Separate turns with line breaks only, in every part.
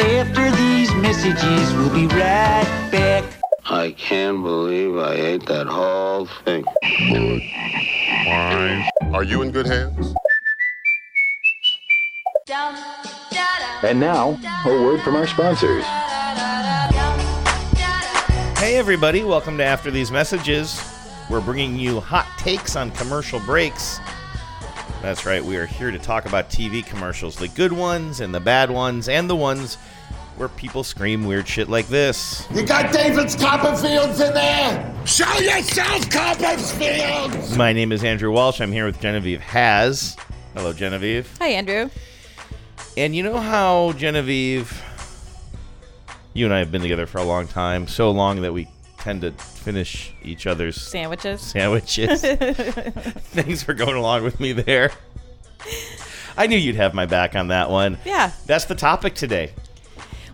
After these messages, we'll be right back.
I can't believe I ate that whole thing.
Are you in good hands?
And now, a word from our sponsors.
Hey, everybody, welcome to After These Messages. We're bringing you hot takes on commercial breaks. That's right, we are here to talk about TV commercials the good ones and the bad ones, and the ones where people scream weird shit like this.
You got David's Copperfields in there? Show yourself, Copperfields!
My name is Andrew Walsh. I'm here with Genevieve Has. Hello, Genevieve.
Hi, Andrew.
And you know how Genevieve, you and I have been together for a long time, so long that we tend to finish each other's
Sandwiches.
sandwiches. Thanks for going along with me there. I knew you'd have my back on that one.
Yeah.
That's the topic today.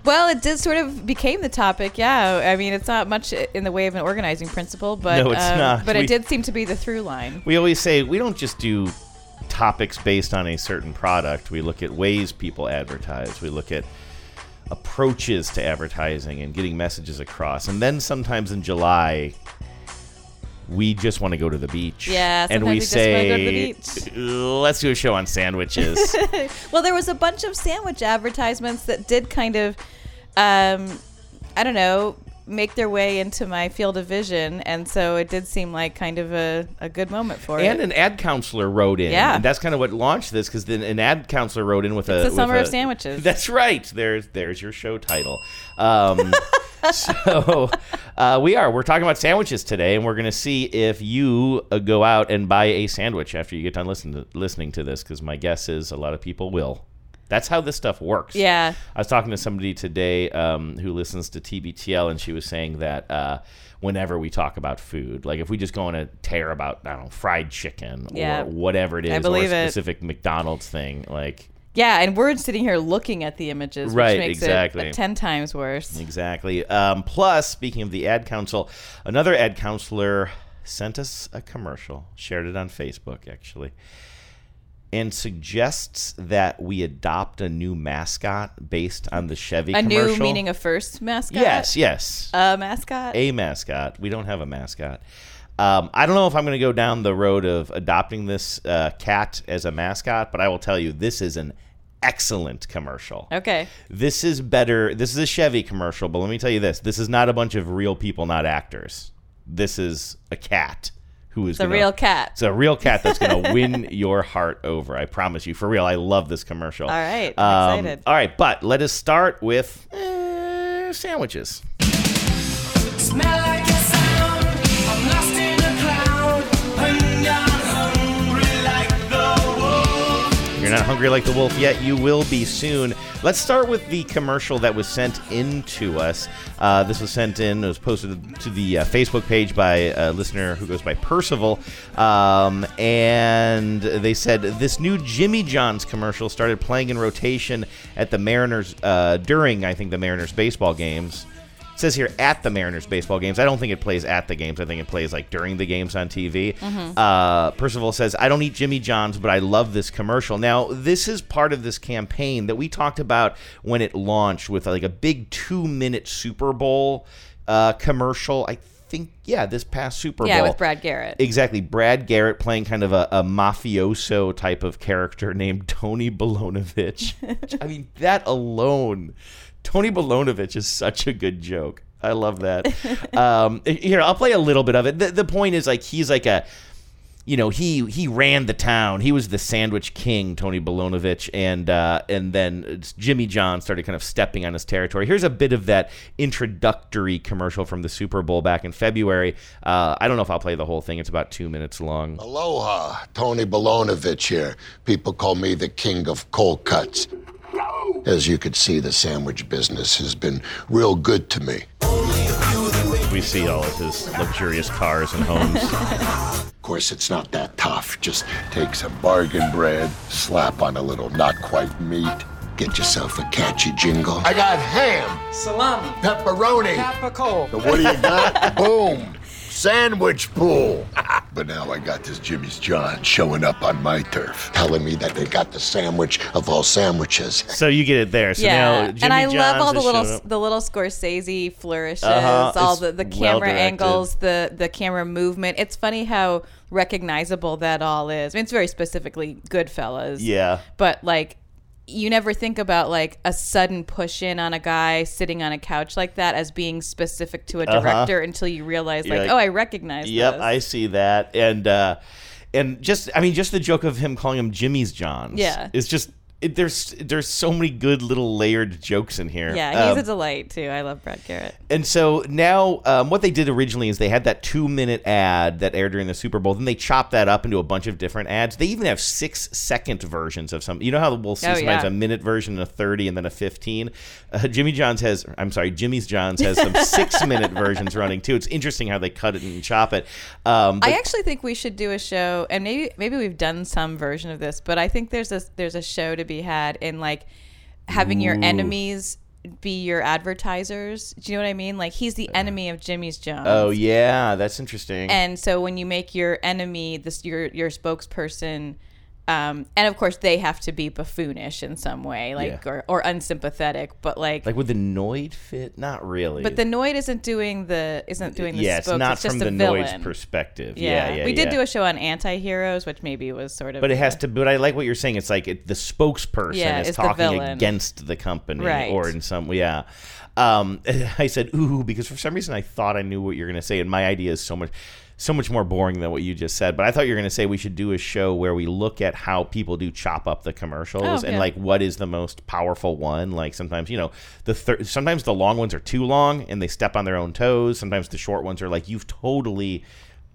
Well, it did sort of became the topic. Yeah. I mean, it's not much in the way of an organizing principle, but
No, it's
um,
not.
but
We-
it did seem to be the through line.
We always say we don't just do topics based on a certain product. We look at ways people advertise. We look at approaches to advertising and getting messages across. And then sometimes in July, we just want to go to the beach.
Yeah,
and
sometimes
we,
we just wanna go to
say,
the
let's do a show on sandwiches.
Well, there was a bunch of sandwich advertisements that did kind of, um, I don't know, make their way into my field of vision, and so it did seem like kind of a, a good moment for
and
it.
an ad counselor wrote in.
Yeah.
and that's kind of what launched this because then an ad counselor wrote in with a
the
with
summer
a-
of sandwiches.
That's right. There's there's your show title. Um, so uh, we are we're talking about sandwiches today, and we're going to see if you uh, go out and buy a sandwich after you get done listening to, listening to this because my guess is a lot of people will. That's how this stuff works.
yeah.
I was talking to somebody today um, who listens to TBTL, and she was saying that uh, whenever we talk about food, like if we just go on a tear about, I don't know, fried chicken
Yeah.
or whatever it is,
believe
or a
it.
specific McDonald's thing, like
Yeah, and we're sitting here looking at the images, which
Right,
makes
exactly.
it ten times worse.
exactly. Um, plus, speaking of the ad council, another ad counselor sent us a commercial, shared it on Facebook, actually. And suggests that we adopt a new mascot based on the Chevy
A
commercial.
new meaning of first mascot.
yes, yes.
A mascot.
a mascot. We don't have a mascot. Um, I don't know if I'm going to go down the road of adopting this uh, cat as a mascot, but I will tell you this is an excellent commercial.
okay.
This is better. This is a Chevy commercial, but let me tell you this: this is not a bunch of real people, not actors. This is a cat who is
It's a real cat.
It's a real cat that's going to win your heart over. I promise you, for real. I love this commercial.
All right, I'm
Um,
excited.
All right, but let us start with eh, sandwiches. You're not hungry like the wolf yet. You will be soon. Let's start with the commercial that was sent in to us. Uh, this was sent in. It was posted to the uh, Facebook page by a listener who goes by Percival, um, and they said this new Jimmy John's commercial started playing in rotation at the Mariners uh, during, I think, the Mariners baseball games. It says here at the Mariners baseball games. I don't think it plays at the games. I think it plays like during the games on TV.
Mm-hmm.
Uh, Percival says, I don't eat Jimmy John's, but I love this commercial. Now, this is part of this campaign that we talked about when it launched with like a big two minute Super Bowl uh, commercial. I think, yeah, this past Super
Yeah,
Bowl.
with Brad Garrett.
Exactly. Brad Garrett playing kind of a, a mafioso type of character named Tony Bolonovich. I mean, that alone, Tony Bolonovich is such a good joke. I love that. um, here, I'll play a little bit of it. The, the point is, like, he's like a you know he he ran the town. He was the sandwich king, Tony Bolonovich, and uh, and then it's Jimmy John started kind of stepping on his territory. Here's a bit of that introductory commercial from the Super Bowl back in February. Uh, I don't know if I'll play the whole thing. It's about two minutes long.
Aloha, Tony Bolonovich here. People call me the king of cold cuts. As you could see, the sandwich business has been real good to me.
We see all of his luxurious cars and homes.
Of course, it's not that tough. Just take some bargain bread, slap on a little not quite meat, get yourself a catchy jingle. I got ham,
Salami,
pepperoni.
capricorn,
Now, what do you got? Boom.
sandwich pool.
But now I got this Jimmy's John showing up on my turf, telling me that they got the sandwich of all sandwiches.
So you get it there. So now
yeah,
Jimmy
and I love
John's
all the
is
little
showing up.
the little Scorsese flourishes,
Uh-huh,
all
it's
the, the
well
camera
directed.
angles, the the camera movement. It's funny how recognizable that all is. I mean, it's very specifically Goodfellas.
Yeah.
but like you never think about like a sudden push in on a guy sitting on a couch like that as being specific to a director until you realize
Uh-huh. You're
like,
like,
oh, I recognize.
Yep,
this.
I see that. And uh and just I mean just the joke of him calling him Jimmy's Johns.
Yeah.
It's just it, there's there's so many good little layered jokes in here.
yeah, he's
Um,
a delight too. I love Brad Garrett.
and so now um, what they did originally is they had that two minute ad that aired during the Super Bowl. Then they chopped that up into a bunch of different ads. They even have six second versions of some. You know how we'll see
Oh,
sometimes
yeah.
a minute version, a thirty, and then a fifteen. Uh, Jimmy John's has. I'm sorry, Jimmy's John's has some six minute versions running too. It's interesting how they cut it and chop it. Um, but
I actually think we should do a show, and maybe maybe we've done some version of this, but I think there's a there's a show to be had in like having your enemies be your advertisers. Do you know what I mean? Like he's the enemy of Jimmy's Jones.
Uh. Oh yeah, that's interesting.
And so when you make your enemy this your your spokesperson, um, and of course they have to be buffoonish in some way, like
Yeah.
or, or unsympathetic, but like.
like would the Noid fit? Not really.
but the Noid isn't doing the isn't doing the
yeah,
spokes.
it's not
just
from the
a villain.
Noid's perspective. Yeah,
Yeah.
yeah.
we did
yeah.
do a show on anti-heroes, which maybe was sort of
But it has to. But I like what you're saying. It's like it, the spokesperson
Yeah,
is
it's the
talking
villain.
against the company,
Right.
or in some yeah. Um, I said ooh because for some reason I thought I knew what you're gonna say, and my idea is so much, so much more boring than what you just said. But I thought you were gonna say we should do a show where we look at how people do chop up the commercials
Oh,
and
yeah.
like what is the most powerful one. Like sometimes you know the thir- sometimes the long ones are too long and they step on their own toes. Sometimes the short ones are like you've totally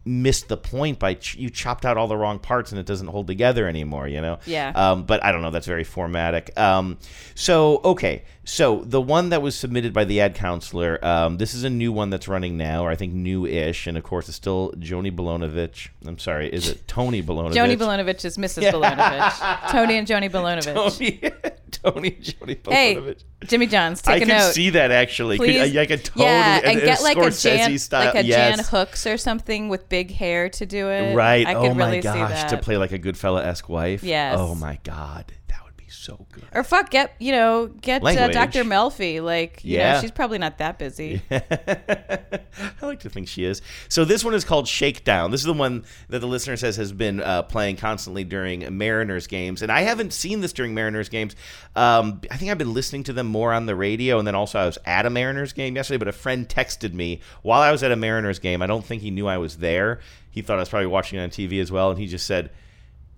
missed the point by ch- you chopped out all the wrong parts and it doesn't hold together anymore you know
Yeah.
um, but i don't know that's very formatic um, so okay so the one that was submitted by the ad counselor um, this is a new one that's running now or i think new-ish and of course it's still joni Bolonovich. i'm sorry is it tony Bolonovich?
Joni Belonovich is Mrs. Belonovich. Tony and Joni Belonovich.
tony tony joni Bolonovich.
Hey, Jimmy Johns,
I
take a
can
note.
see that actually. Could-
Please.
I, I could totally
yeah,
and-
and,
and
get like a
Scorsese
Jan,
style.
like a
yes.
Jan Hooks or something with big hair to do it.
Right.
I could
oh my
really see
gosh,
that.
to play like a Goodfella esque wife.
Yes. Er
Oh my god, that would be so good.
Or fuck, get you know, get uh,
Language.
Dr. Melfi. Like, you
Yeah.
know, she's probably not that busy.
I like to think she is. So this one is called Shakedown. This is the one that the listener says has been uh, playing constantly during Mariners games, and I haven't seen this during Mariners games. Um, I think I've been listening to them more on the radio, and then also I was at a Mariners game yesterday. But a friend texted me while I was at a Mariners game. I don't think he knew I was there. He thought I was probably watching it on TV as well, and he just said.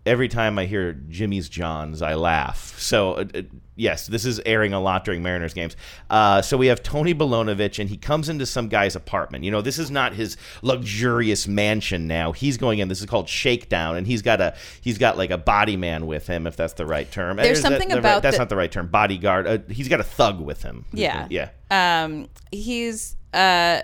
every time I hear Jimmy's Johns, I laugh. So, uh, uh, yes, this is airing a lot during Mariners games. Uh, so we have Tony Bolonovich, and he comes into some guy's apartment. You know, this is not his luxurious mansion now. He's going in. This is called Shakedown, and he's got a he's got like a body man with him, if that's the right term.
There's
Is that
something
the right-
about
that's
the-
not the right term. Bodyguard. Uh, he's got a thug with him.
Yeah.
yeah.
Um, he's uh,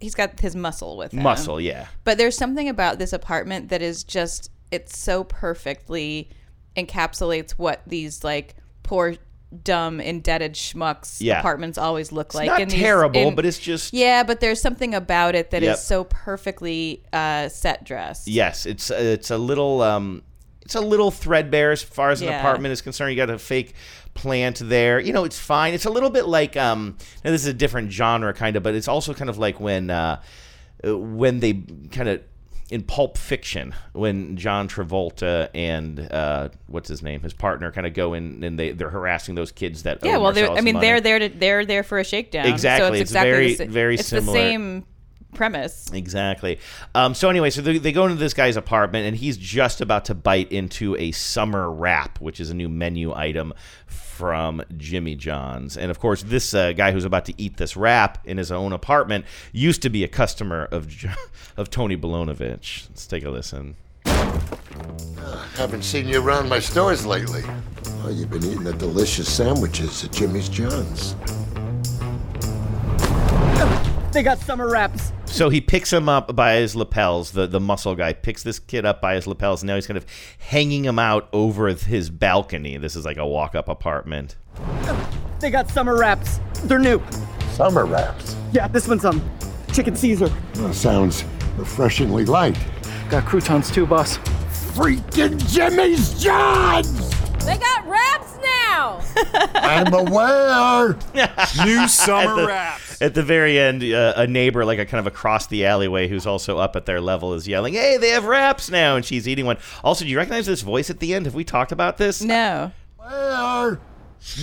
he's got his muscle with him.
Muscle. Yeah.
But there's something about this apartment that is just it's so perfectly encapsulates what these like poor dumb indebted schmucks
Yeah.
apartments always look like.
not
in these-
terrible,
in-
but it's just
yeah, but there's something about it that is
Yep.
so perfectly uh, set dressed.
Yes, it's it's a little um, it's a little threadbare as far as an
Yeah.
apartment is concerned. You got a fake plant there. You know, it's fine. It's a little bit like um, now this is a different genre kind of, but it's also kind of like when uh, uh, when they kind of in Pulp Fiction when John Travolta and uh, what's his name, his partner, kind of go in and they they're harassing those kids that
Yeah,
owe
well, they're,
Marcellus
I mean,
money.
they're there to they're there for a shakedown. So
Exactly. It's
it's exactly
very-
the, sa-
very
it's
similar.
the same premise.
Exactly. Um, so anyway, so they, they go into this guy's apartment, and he's just about to bite into a summer wrap, which is a new menu item from Jimmy John's. And of course, this uh, guy who's about to eat this wrap in his own apartment used to be a customer of Jo- of Tony Bolonovich. Let's take a listen.
Haven't seen you around my stores lately. Well, you've been eating the delicious sandwiches at Jimmy's John's.
They got summer wraps.
So he picks him up by his lapels. The the muscle guy picks this kid up by his lapels, and now he's kind of hanging him out over his balcony. This is like a walk up apartment.
They got summer wraps. They're new.
Summer wraps.
Yeah, this one's um, chicken Caesar.
Well, sounds Refreshingly light.
Got croutons too, boss.
Freaking Jimmy's John's!
They got wraps now.
I'm aware!
New summer wraps.
At the very end, uh, a neighbor, like a kind of across the alleyway, who's also up at their level, is yelling, "Hey, they have wraps now!" And she's eating one. Also, do you recognize this voice at the end? Have we talked about this?
No.
Aware!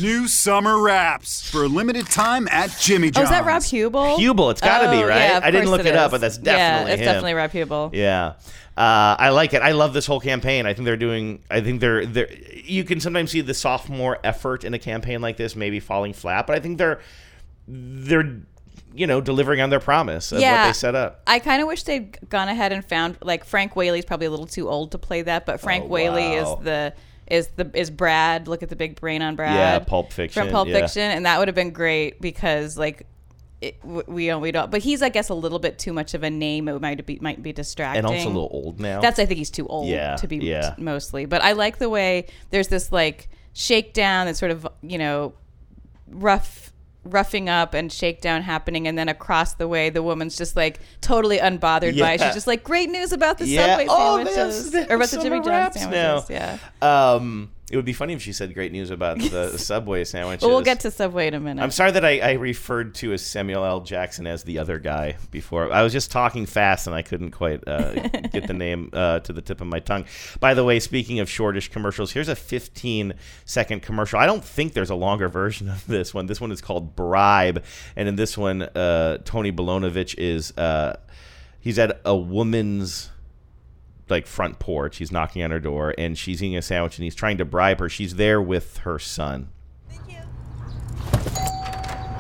New summer wraps for a limited time at Jimmy
Oh,
John's.
is that Rob Hubel?
Hubel, it's got to be
Oh,
right.
yeah, of
I didn't
course
look it, up,
is.
but that's definitely
yeah, it's
him.
definitely Rob Hubel.
Yeah. Uh, I like it. I love this whole campaign. I think they're doing. I think they're they're. You can sometimes see the sophomore effort in a campaign like this maybe falling flat, but I think they're they're you know delivering on their promise of what
Yeah.
they set up.
I kind of wish they'd gone ahead and found like Frank Whaley's probably a little too old to play that, but Frank
Oh,
Whaley
wow.
is the is the is Brad. Look at the big brain on Brad.
Yeah, Pulp Fiction,
from Pulp
yeah.
Fiction, and that would have been great because like. It, w- we don't, we don't, but he's, I guess, a little bit too much of a name. It might be, might be distracting.
And also a little old now.
That's I think he's too old
Oh. Yeah,
to be
yeah.
t- mostly. But I like the way there's this like shakedown and sort of you know rough roughing up and shakedown happening and then across the way the woman's just like totally unbothered by it.
Yeah.
she's just like great news about the
Yeah.
subway
Oh, they have-
sandwiches
they have
or about the
summer
jimmy john's
wraps
sandwiches
now.
yeah
Um, it would be funny if she said great news about the Subway sandwiches.
but we'll get to subway in a minute
I'm sorry that I, I referred to as Samuel L. Jackson as the other guy before. I was just talking fast and I couldn't quite uh, get the name uh, to the tip of my tongue. By the way, speaking of shortish commercials, here's a 15 second commercial. I don't think there's a longer version of this one. This one is called Bribe. And in this one, uh, Tony Bolonovich is uh, he's at a woman's like front porch. He's knocking on her door and she's eating a sandwich and he's trying to bribe her. She's there with her son.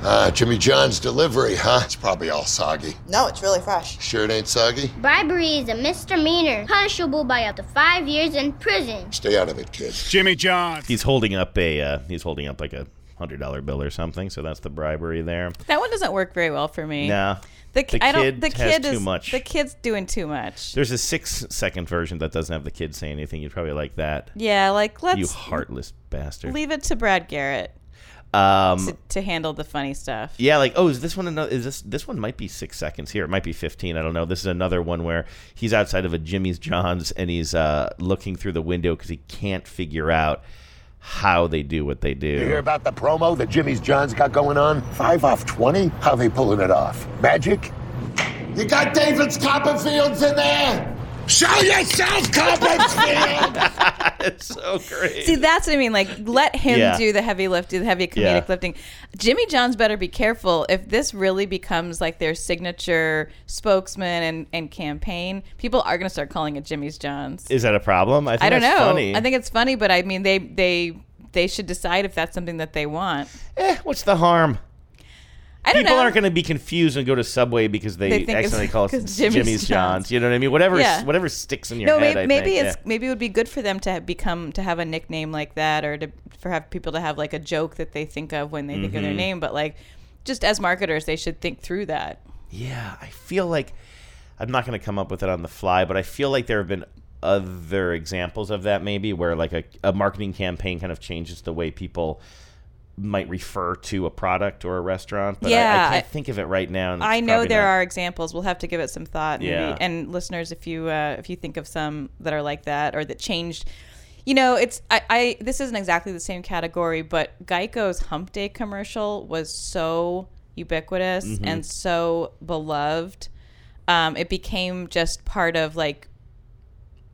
Ah, Jimmy John's delivery, huh? It's probably all soggy.
No, it's really fresh.
Sure it ain't soggy?
Bribery is a misdemeanor, punishable by up to five years in prison.
Stay out of it, kid.
Jimmy John's.
he's holding up a uh, he's holding up like a hundred dollar bill or something. So that's the bribery there.
that one doesn't work very well for me
Nah.
the, ki-
The
I don't,
kid
the
has
kid
too
is
much.
the kid's doing too much
There's a six second version that doesn't have the kid say anything. You'd probably like that.
yeah like let's
you heartless bastard.
leave it to brad garrett
Um,
to, to handle the funny stuff
yeah, like oh, is this one another? Is this this one might be six seconds here? It might be fifteen. I don't know. This is another one where he's outside of a Jimmy's John's and he's uh, looking through the window because he can't figure out how they do what they do.
You hear about the promo that Jimmy's John's got going on? Five off 20? How they pulling it off? Magic? You got David's Copperfields in there! Show yourself, Copperfield!
it's so great.
See, that's what I mean. Like, let him
Yeah.
do the heavy lift, do the heavy comedic
Yeah.
lifting. Jimmy John's better be careful. If this really becomes like their signature spokesman and, and campaign, people are going to start calling it Jimmy's John's.
is that a problem? I think
I don't know.
that's funny.
I think it's funny, but I mean, they they they should decide if that's something that they want.
eh, what's the harm?
I don't
People
know.
aren't going to be confused and go to Subway because they,
They think it's-
accidentally call us
'cause
Jimmy's,
Jimmy's
John's.
John's.
You know what I mean? Whatever,
Yeah.
whatever sticks in your
No,
head.
maybe,
I
maybe
think.
it's
yeah.
maybe it would be good for them to have become to have a nickname like that, or to for have people to have like a joke that they think of when they think of their
Mm-hmm.
name. But like, just as marketers, they should think through that.
Yeah, I feel like I'm not going to come up with it on the fly, but I feel like there have been other examples of that maybe where like a, a marketing campaign kind of changes the way people might refer to a product or a restaurant. But I- I,
Yeah,
can't
I-
think of it right now. and
I
it's
know
probably
there
not-
are examples. We'll have to give it some thought. Maybe.
Yeah.
And listeners, if you uh, if you think of some that are like that or that changed, you know, it's I, I this isn't exactly the same category, but Geico's Hump Day commercial was so ubiquitous
Mm-hmm.
and so beloved. Um, it became just part of like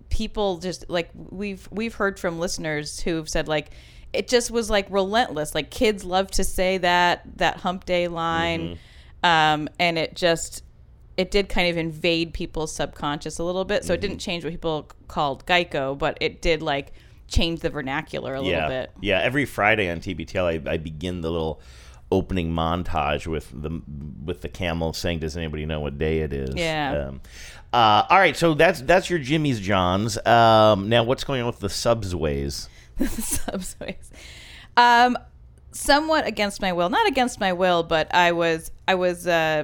people just like we've we've heard from listeners who've said like it just was like relentless like kids love to say that that hump day line um and it just it did kind of invade people's subconscious a little bit so it didn't change what people c- called geico but it did like change the vernacular a little
yeah.
bit
Yeah, every Friday on TBTL, I, I begin the little opening montage with the with the camel saying, "Does anybody know what day it is?"
Yeah.
Um, uh, all right, so that's that's your Jimmy's John's. Um, now, what's going on with the subsways?
subspace. Um, somewhat against my will, not against my will, but I was I was uh,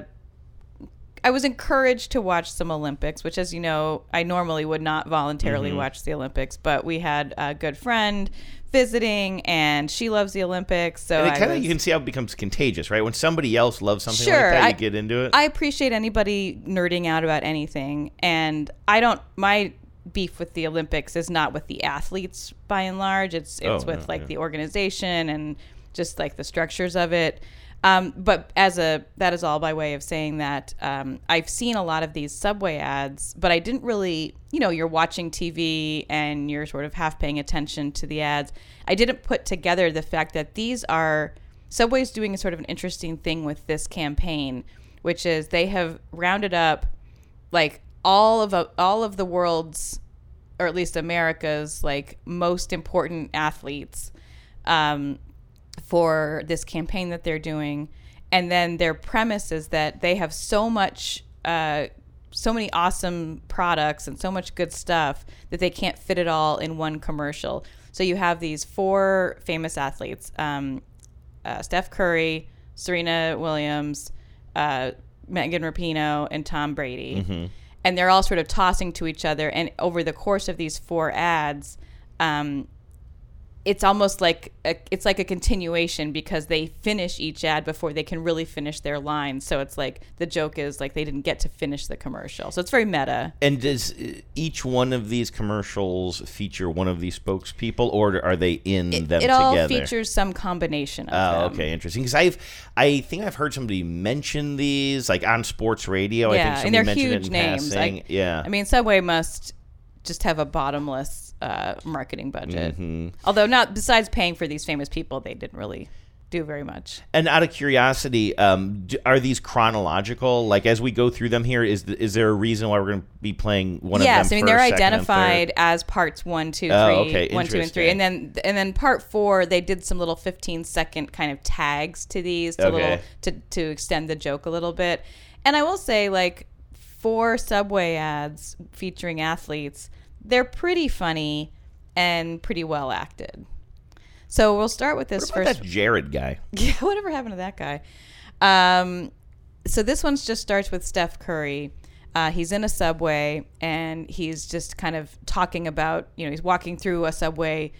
I was encouraged to watch some Olympics, which, as you know, I normally would not
Mm-hmm.
voluntarily watch the Olympics, but we had a good friend visiting, and she loves the Olympics, so
And it
Oh, I
kind of
was-
you can see how it becomes contagious, right? When somebody else loves something like that, you get into it.
I appreciate anybody nerding out about anything, and I don't. My beef with the Olympics is not with the athletes by and large. It's it's
Oh,
with
yeah,
like
yeah.
the organization and just like the structures of it. Um, but as a that is all by way of saying that um, I've seen a lot of these subway ads, but I didn't really, you know, you're watching TV and you're sort of half paying attention to the ads. I didn't put together the fact that these are Subway's doing a sort of an interesting thing with this campaign, which is they have rounded up like all of all of the world's or at least America's like most important athletes um, for this campaign that they're doing, and then their premise is that they have so much, uh, so many awesome products and so much good stuff that they can't fit it all in one commercial. So you have these four famous athletes: um, uh, Steph Curry, Serena Williams, uh, Megan Rapinoe, and Tom Brady
Mm-hmm.
and they're all sort of tossing to each other. And over the course of these four ads, um, it's almost like a, it's like a continuation because they finish each ad before they can really finish their line. So it's like the joke is like they didn't get to finish the commercial. So it's very meta.
and does uh, each one of these commercials feature one of these spokespeople, or are they in them
it
together?
all features some combination of
Oh,
them.
okay, interesting. Because I've, I think I've heard somebody mention these like on sports radio. I think
Yeah,
somebody
and they're
mentioned
huge
it in
names.
Passing.
Like,
yeah,
I mean, Subway must just have a bottomless uh, marketing budget.
Mm-hmm.
Although not besides paying for these famous people, they didn't really do very much.
and out of curiosity, um, d are these chronological? Like as we go through them here, is th- is there a reason why we're going to be playing one
yes,
of them?
I mean
first,
they're
second, and third?
identified as parts one, two, three,
Oh,
one, two,
okay,
and three,
interesting.
and then and then part four they did some little fifteen second kind of tags to these to
Okay.
little to to extend the joke a little bit. And I will say like four subway ads featuring athletes, they're pretty funny and pretty well acted. So we'll start with this
What about
first.
that Jared guy?
Yeah, whatever happened to that guy? Um, so this one's just starts with Steph Curry. Uh, he's in a subway and he's just kind of talking about, you know, he's walking through a subway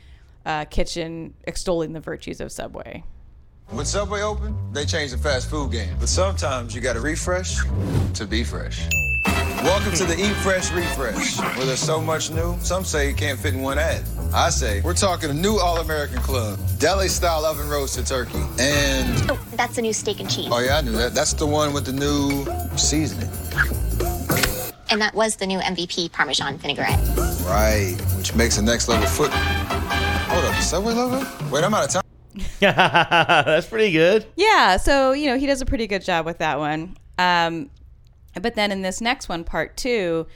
uh, kitchen, extolling the virtues of Subway.
When Subway opened, they changed the fast food game. But sometimes you gotta refresh to be fresh. Welcome to the Eat Fresh Refresh, where there's so much new, some say you can't fit in one ad. I say, we're talking a new All American Club, deli style oven roasted turkey, and
Oh, that's the new steak and cheese.
oh yeah, I knew that. That's the one with the new seasoning.
And that was the new MVP Parmesan vinaigrette.
Right, which makes the next level foot. Hold up, the Subway logo? Wait, I'm out of time.
That's pretty good.
Yeah, so you know he does a pretty good job with that one. Um, but then in this next one, part two,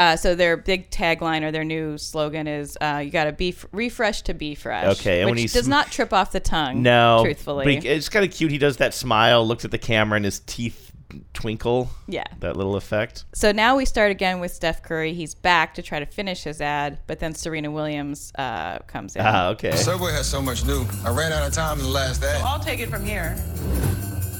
uh, so their big tagline or their new slogan is uh, "You got to be f- refresh to be fresh."
Okay, and
which
when he
does
sm-
not trip off the tongue.
No,
truthfully,
but he- it's kind of cute. He does that smile, looks at the camera, and his teeth twinkle.
Yeah.
that little effect.
So now we start again with Steph Curry. He's back to try to finish his ad, but then Serena Williams uh, comes in.
Ah, okay.
Subway has so much new. I ran out of time in the last ad.
I'll take it from here.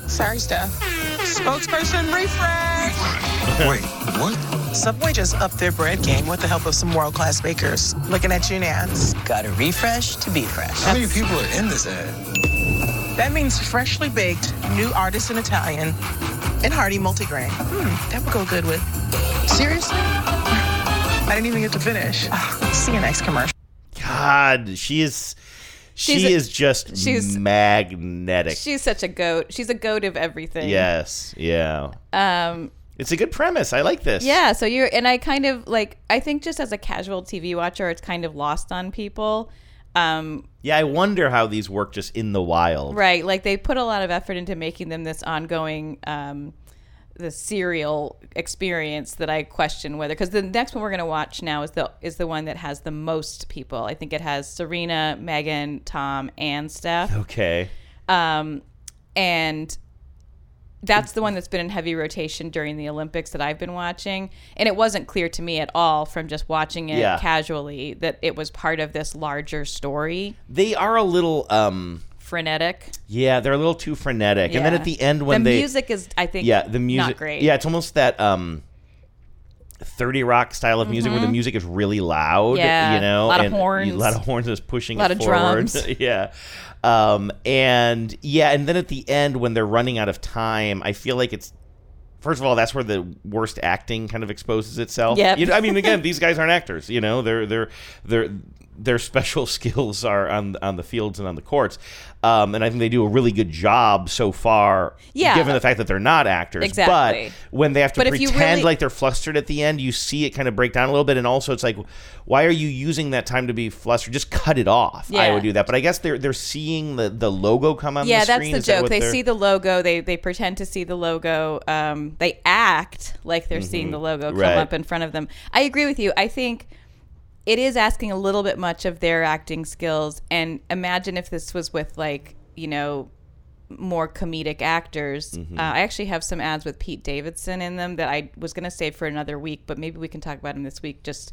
Sorry, Steph. Spokesperson refresh.
Wait, what?
Subway just upped their bread game with the help of some world class bakers. Looking at you, Nance. Gotta refresh to be fresh.
How many people are in this ad?
That means freshly baked, new artisan Italian, and hearty multigrain. Hmm, that would go good with. Seriously? I didn't even get to finish. Ah, see you next commercial.
God, she is.
She's
she
a-
is just
she's-
magnetic.
She's such a goat. She's a goat of everything.
yes, yeah.
Um,
It's a good premise. I like this.
Yeah, so you're and I kind of like I think just as a casual TV watcher, it's kind of lost on people. Um,
Yeah, I wonder how these work just in the wild.
right, like they put a lot of effort into making them this ongoing um the serial experience that I question whether because the next one we're gonna watch now is the is the one that has the most people. I think it has Serena, Megan, Tom, and Steph.
Okay.
Um, and that's the one that's been in heavy rotation during the Olympics that I've been watching. And it wasn't clear to me at all from just watching it
Yeah.
casually that it was part of this larger story.
They are a little um
frenetic.
Yeah, they're a little too frenetic. And then
Yeah.
at the end when
the
they
music is, I think,
yeah, the music
not great.
Yeah, it's almost that um 30 rock style of music where the
Mhm.
music is really loud,
Yeah,
you know,
lot of
and
horns.
a lot of horns is pushing
Lot
it
of
forward.
drums.
yeah. Um and yeah, and then at the end when they're running out of time, I feel like it's First of all, that's where the worst acting kind of exposes itself.
Yep.
You know, I mean, again, these guys aren't actors. You know, they're they're they're their special skills are on on the fields and on the courts, um, and I think they do a really good job so far.
Yeah.
Given the fact that they're not actors,
Exactly.
But when they have to
But if you
pretend
really-
like they're flustered at the end, you see it kind of break down a little bit, and also it's like, why are you using that time to be flustered? Just cut it off. I
Yeah.
would do that, but I guess they're they're seeing the the logo come on.
yeah,
the
that's
screen.
the
Is that
joke.
what
they
they're-
see the logo. They they pretend to see the logo. Um, they act like they're seeing
Mhm.
the logo come
Right.
up in front of them. I agree with you. I think it is asking a little bit much of their acting skills. And imagine if this was with like you know more comedic actors.
Mm-hmm.
Mhm.
Uh, I actually have some ads with Pete Davidson in them that I was going to save for another week, but maybe we can talk about him this week. Just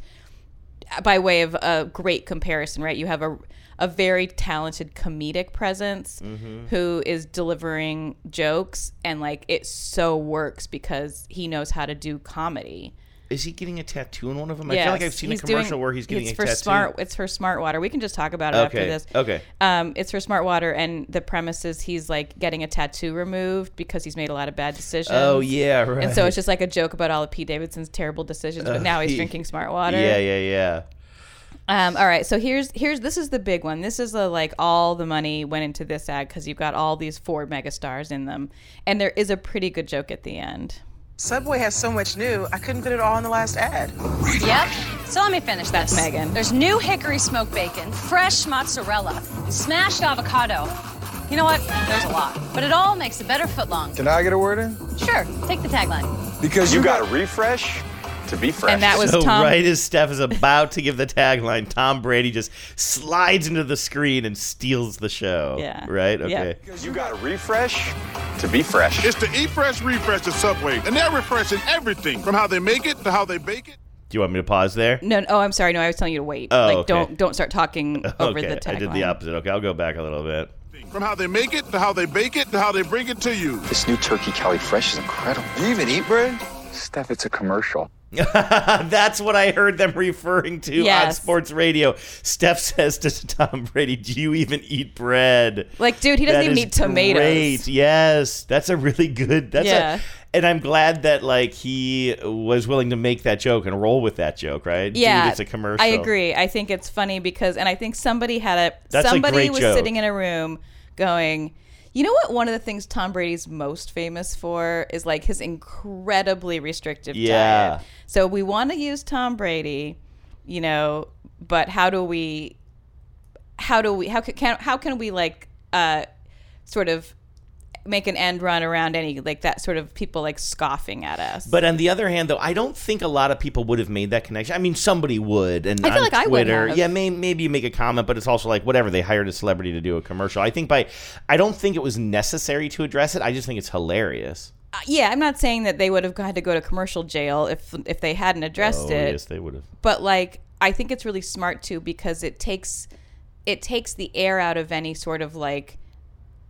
by way of a great comparison, right? You have a a very talented comedic presence
Mm-hmm.
Mhm.
who is delivering jokes and like it so works because he knows how to do comedy.
Is he getting a tattoo in one of them? I feel like I've seen a commercial where he's getting
it's
a
for
tattoo.
Smart, it's for Smart Water. We can just talk about it
Okay,
after this.
okay.
Um, it's for Smart Water, and the premise is he's like getting a tattoo removed because he's made a lot of bad decisions.
Oh, yeah,
And so
right.
it's just like a joke about all of Pete Davidson's terrible decisions, but
Uh,
now he's
he-
drinking Smart Water.
Yeah, yeah, yeah.
Um, all right, so here's here's this is the big one. This is a, like all the money went into this ad because you've got all these four megastars in them, and there is a pretty good joke at the end.
Subway has so much new, I couldn't fit it all in the last ad.
Yep. So let me finish this.
Megan.
There's new hickory smoked bacon, fresh mozzarella, and smashed avocado. You know what? There's a lot. But it all makes a better footlong.
Can I get a word in?
Sure, take the tagline.
Because you, got,
a refresh?
to be
fresh. And that was
so
Tom-
right as Steph is about to give the tagline, Tom Brady just slides into the screen and steals the show.
Yeah.
Right?
Yeah.
Okay.
You got a refresh to be fresh. It's the Eat Fresh Refresh at Subway, and they're refreshing everything from how they make it to how they bake it.
Do you want me to pause there?
No, no, oh, I'm sorry. No, I was telling you to wait.
Oh,
like
okay.
don't don't start talking over
okay.
the
I
tagline.
did the opposite. Okay, I'll go back a little bit.
From how they make it to how they bake it to how they bring it to you.
This new turkey Cali Fresh is incredible.
Do you even eat bread?
Steph, it's a commercial.
That's what I heard them referring to on
Yes.
sports radio. Steph says to Tom Brady, "Do you even eat bread?"
Like, dude, he doesn't
That
even
is
eat tomatoes.
Great. Yes, that's a really good. That's
Yeah.
a, and I'm glad that like he was willing to make that joke and roll with that joke, right?
Yeah,
dude, it's a commercial.
I agree. I think it's funny because, and I think somebody had a
That's a
somebody
great
was
joke.
sitting in a room going, you know what? One of the things Tom Brady's most famous for is like his incredibly restrictive
Yeah.
diet. So we want to use Tom Brady, you know, but how do we, how do we, how ca- can, how can we like, uh, sort of make an end run around any like that sort of people like scoffing at us.
But on the other hand, though, I don't think a lot of people would have made that connection. I mean, somebody would, and
I feel
on
like I would
Twitter,
have.
yeah, may, maybe you make a comment, but it's also like whatever they hired a celebrity to do a commercial. I think by, I don't think it was necessary to address it. I just think it's hilarious.
Uh, yeah, I'm not saying that they would have had to go to commercial jail if if they hadn't addressed
oh,
it.
Yes, they would have.
But like, I think it's really smart too because it takes it takes the air out of any sort of like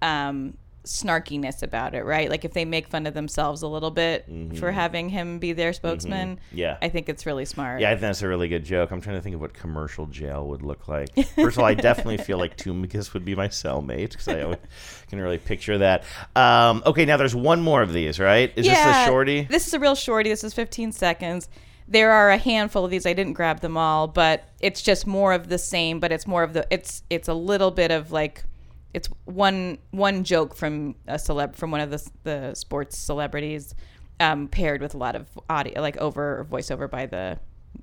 um, snarkiness about it, right? Like if they make fun of themselves a little bit for
Mhm.
having him be their spokesman.
Yeah.
I think it's really smart.
Yeah, I think that's a really good joke. I'm trying to think of what commercial jail would look like. First of all, I definitely feel like Tumicus would be my cellmate because I always can really picture that. Um, okay, now there's one more of these, right? Is this
Yeah,
a shorty?
This is a real shorty. This is 15 seconds. There are a handful of these. I didn't grab them all, but it's just more of the same. But it's more of the it's it's a little bit of like it's one one joke from a celeb from one of the the sports celebrities um, paired with a lot of audio like over voiceover by the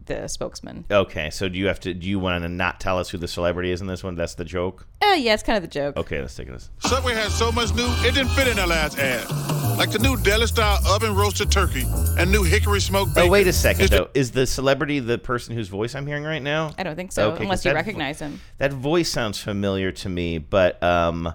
the spokesman.
Okay, so do you have to? Do you want to not tell us who the celebrity is in this one? That's the joke.
Uh, yeah, it's kind of the joke.
Okay, let's take this.
Subway has so much new, it didn't fit in the last ad. Like the new deli style oven roasted turkey and new hickory smoked bacon.
Oh, wait a second though. Is the celebrity the person whose voice I'm hearing right now?
I don't think so,
Okay, 'cause
unless you
that-
recognize him.
That voice sounds familiar to me, but um,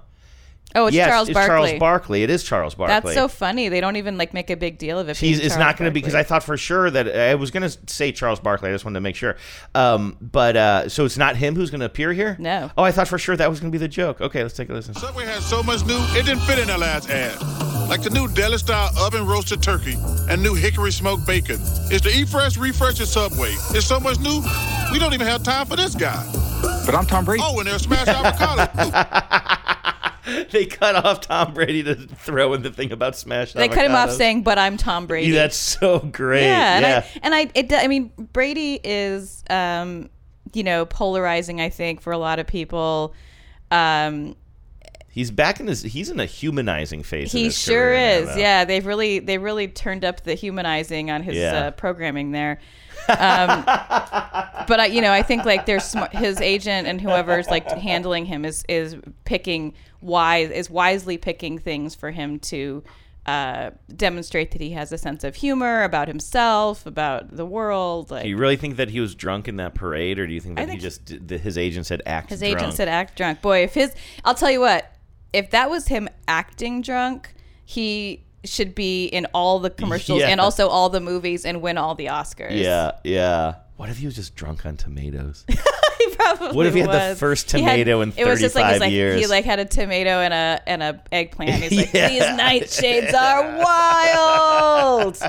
Oh, it's
yes,
Charles
it's
Barkley.
Charles Barkley. It is Charles Barkley.
That's so funny. They don't even like make a big deal of it.
He's,
being
it's
Charles
not going to be because I thought for sure that I was going to say Charles Barkley. I just wanted to make sure. Um, but uh, so it's not him who's going to appear here. No. Oh, I thought for sure that was going to be the joke. Okay, let's take a listen.
Subway has so much new, it didn't fit in the last ad. Like the new deli style oven roasted turkey and new hickory smoked bacon. It's the Eat Fresh Refresh at Subway. It's so much new, we don't even have time for this guy. But I'm Tom Brady. Oh, and they're smashed avocado.
they cut off Tom Brady to throw in the thing about smash.
They cut him off
avocados.
saying, "But I'm Tom Brady."
Yeah, that's so great.
Yeah,
Yeah.
and I and I, it, do- I mean Brady is um, you know polarizing. I think for a lot of people, um,
he's back in his. He's in a humanizing phase. in
he
his
sure
career
is.
now, though.
Yeah, they've really they really turned up the humanizing on his
Yeah.
uh, programming there. Um, but I, you know, I think like there's sm- his agent and whoever's like handling him is is picking wise is wisely picking things for him to uh, demonstrate that he has a sense of humor about himself, about the world. Like
Do you really think that he was drunk in that parade, or do you think
I
that
think-
he just did- that his agent said act?
His
drunk?
agent said act drunk. Boy, if his I'll tell you what, if that was him acting drunk, he should be in all the commercials
Yeah.
and also all the movies and win all the Oscars.
Yeah, yeah. What if he was just drunk on tomatoes?
he probably
What if he had the
was.
first
He had-
tomato in
It was just like, it
35
was like he
years?
like had a tomato and a and a eggplant. He's like,
Yeah.
these nightshades are wild.